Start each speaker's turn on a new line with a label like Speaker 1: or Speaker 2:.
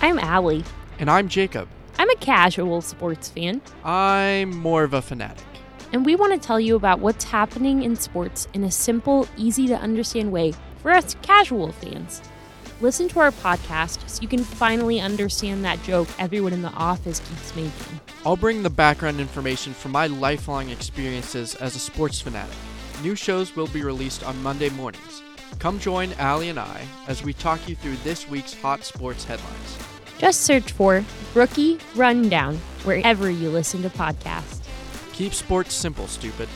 Speaker 1: I'm Allie.
Speaker 2: And I'm Jacob.
Speaker 1: I'm a casual sports fan,
Speaker 2: I'm more of a fanatic.
Speaker 1: and we want to tell you about what's happening in sports in a simple, easy to understand way for us casual fans. Listen to our podcast so you can finally understand that joke everyone in the office keeps making.
Speaker 2: I'll bring the background information from my lifelong experiences as a sports fanatic. New shows will be released on Monday mornings. Come join Allie and I as we talk you through this week's hot sports headlines.
Speaker 1: Just search for Rookie Rundown wherever you listen to podcasts.
Speaker 2: Keep sports simple, stupid.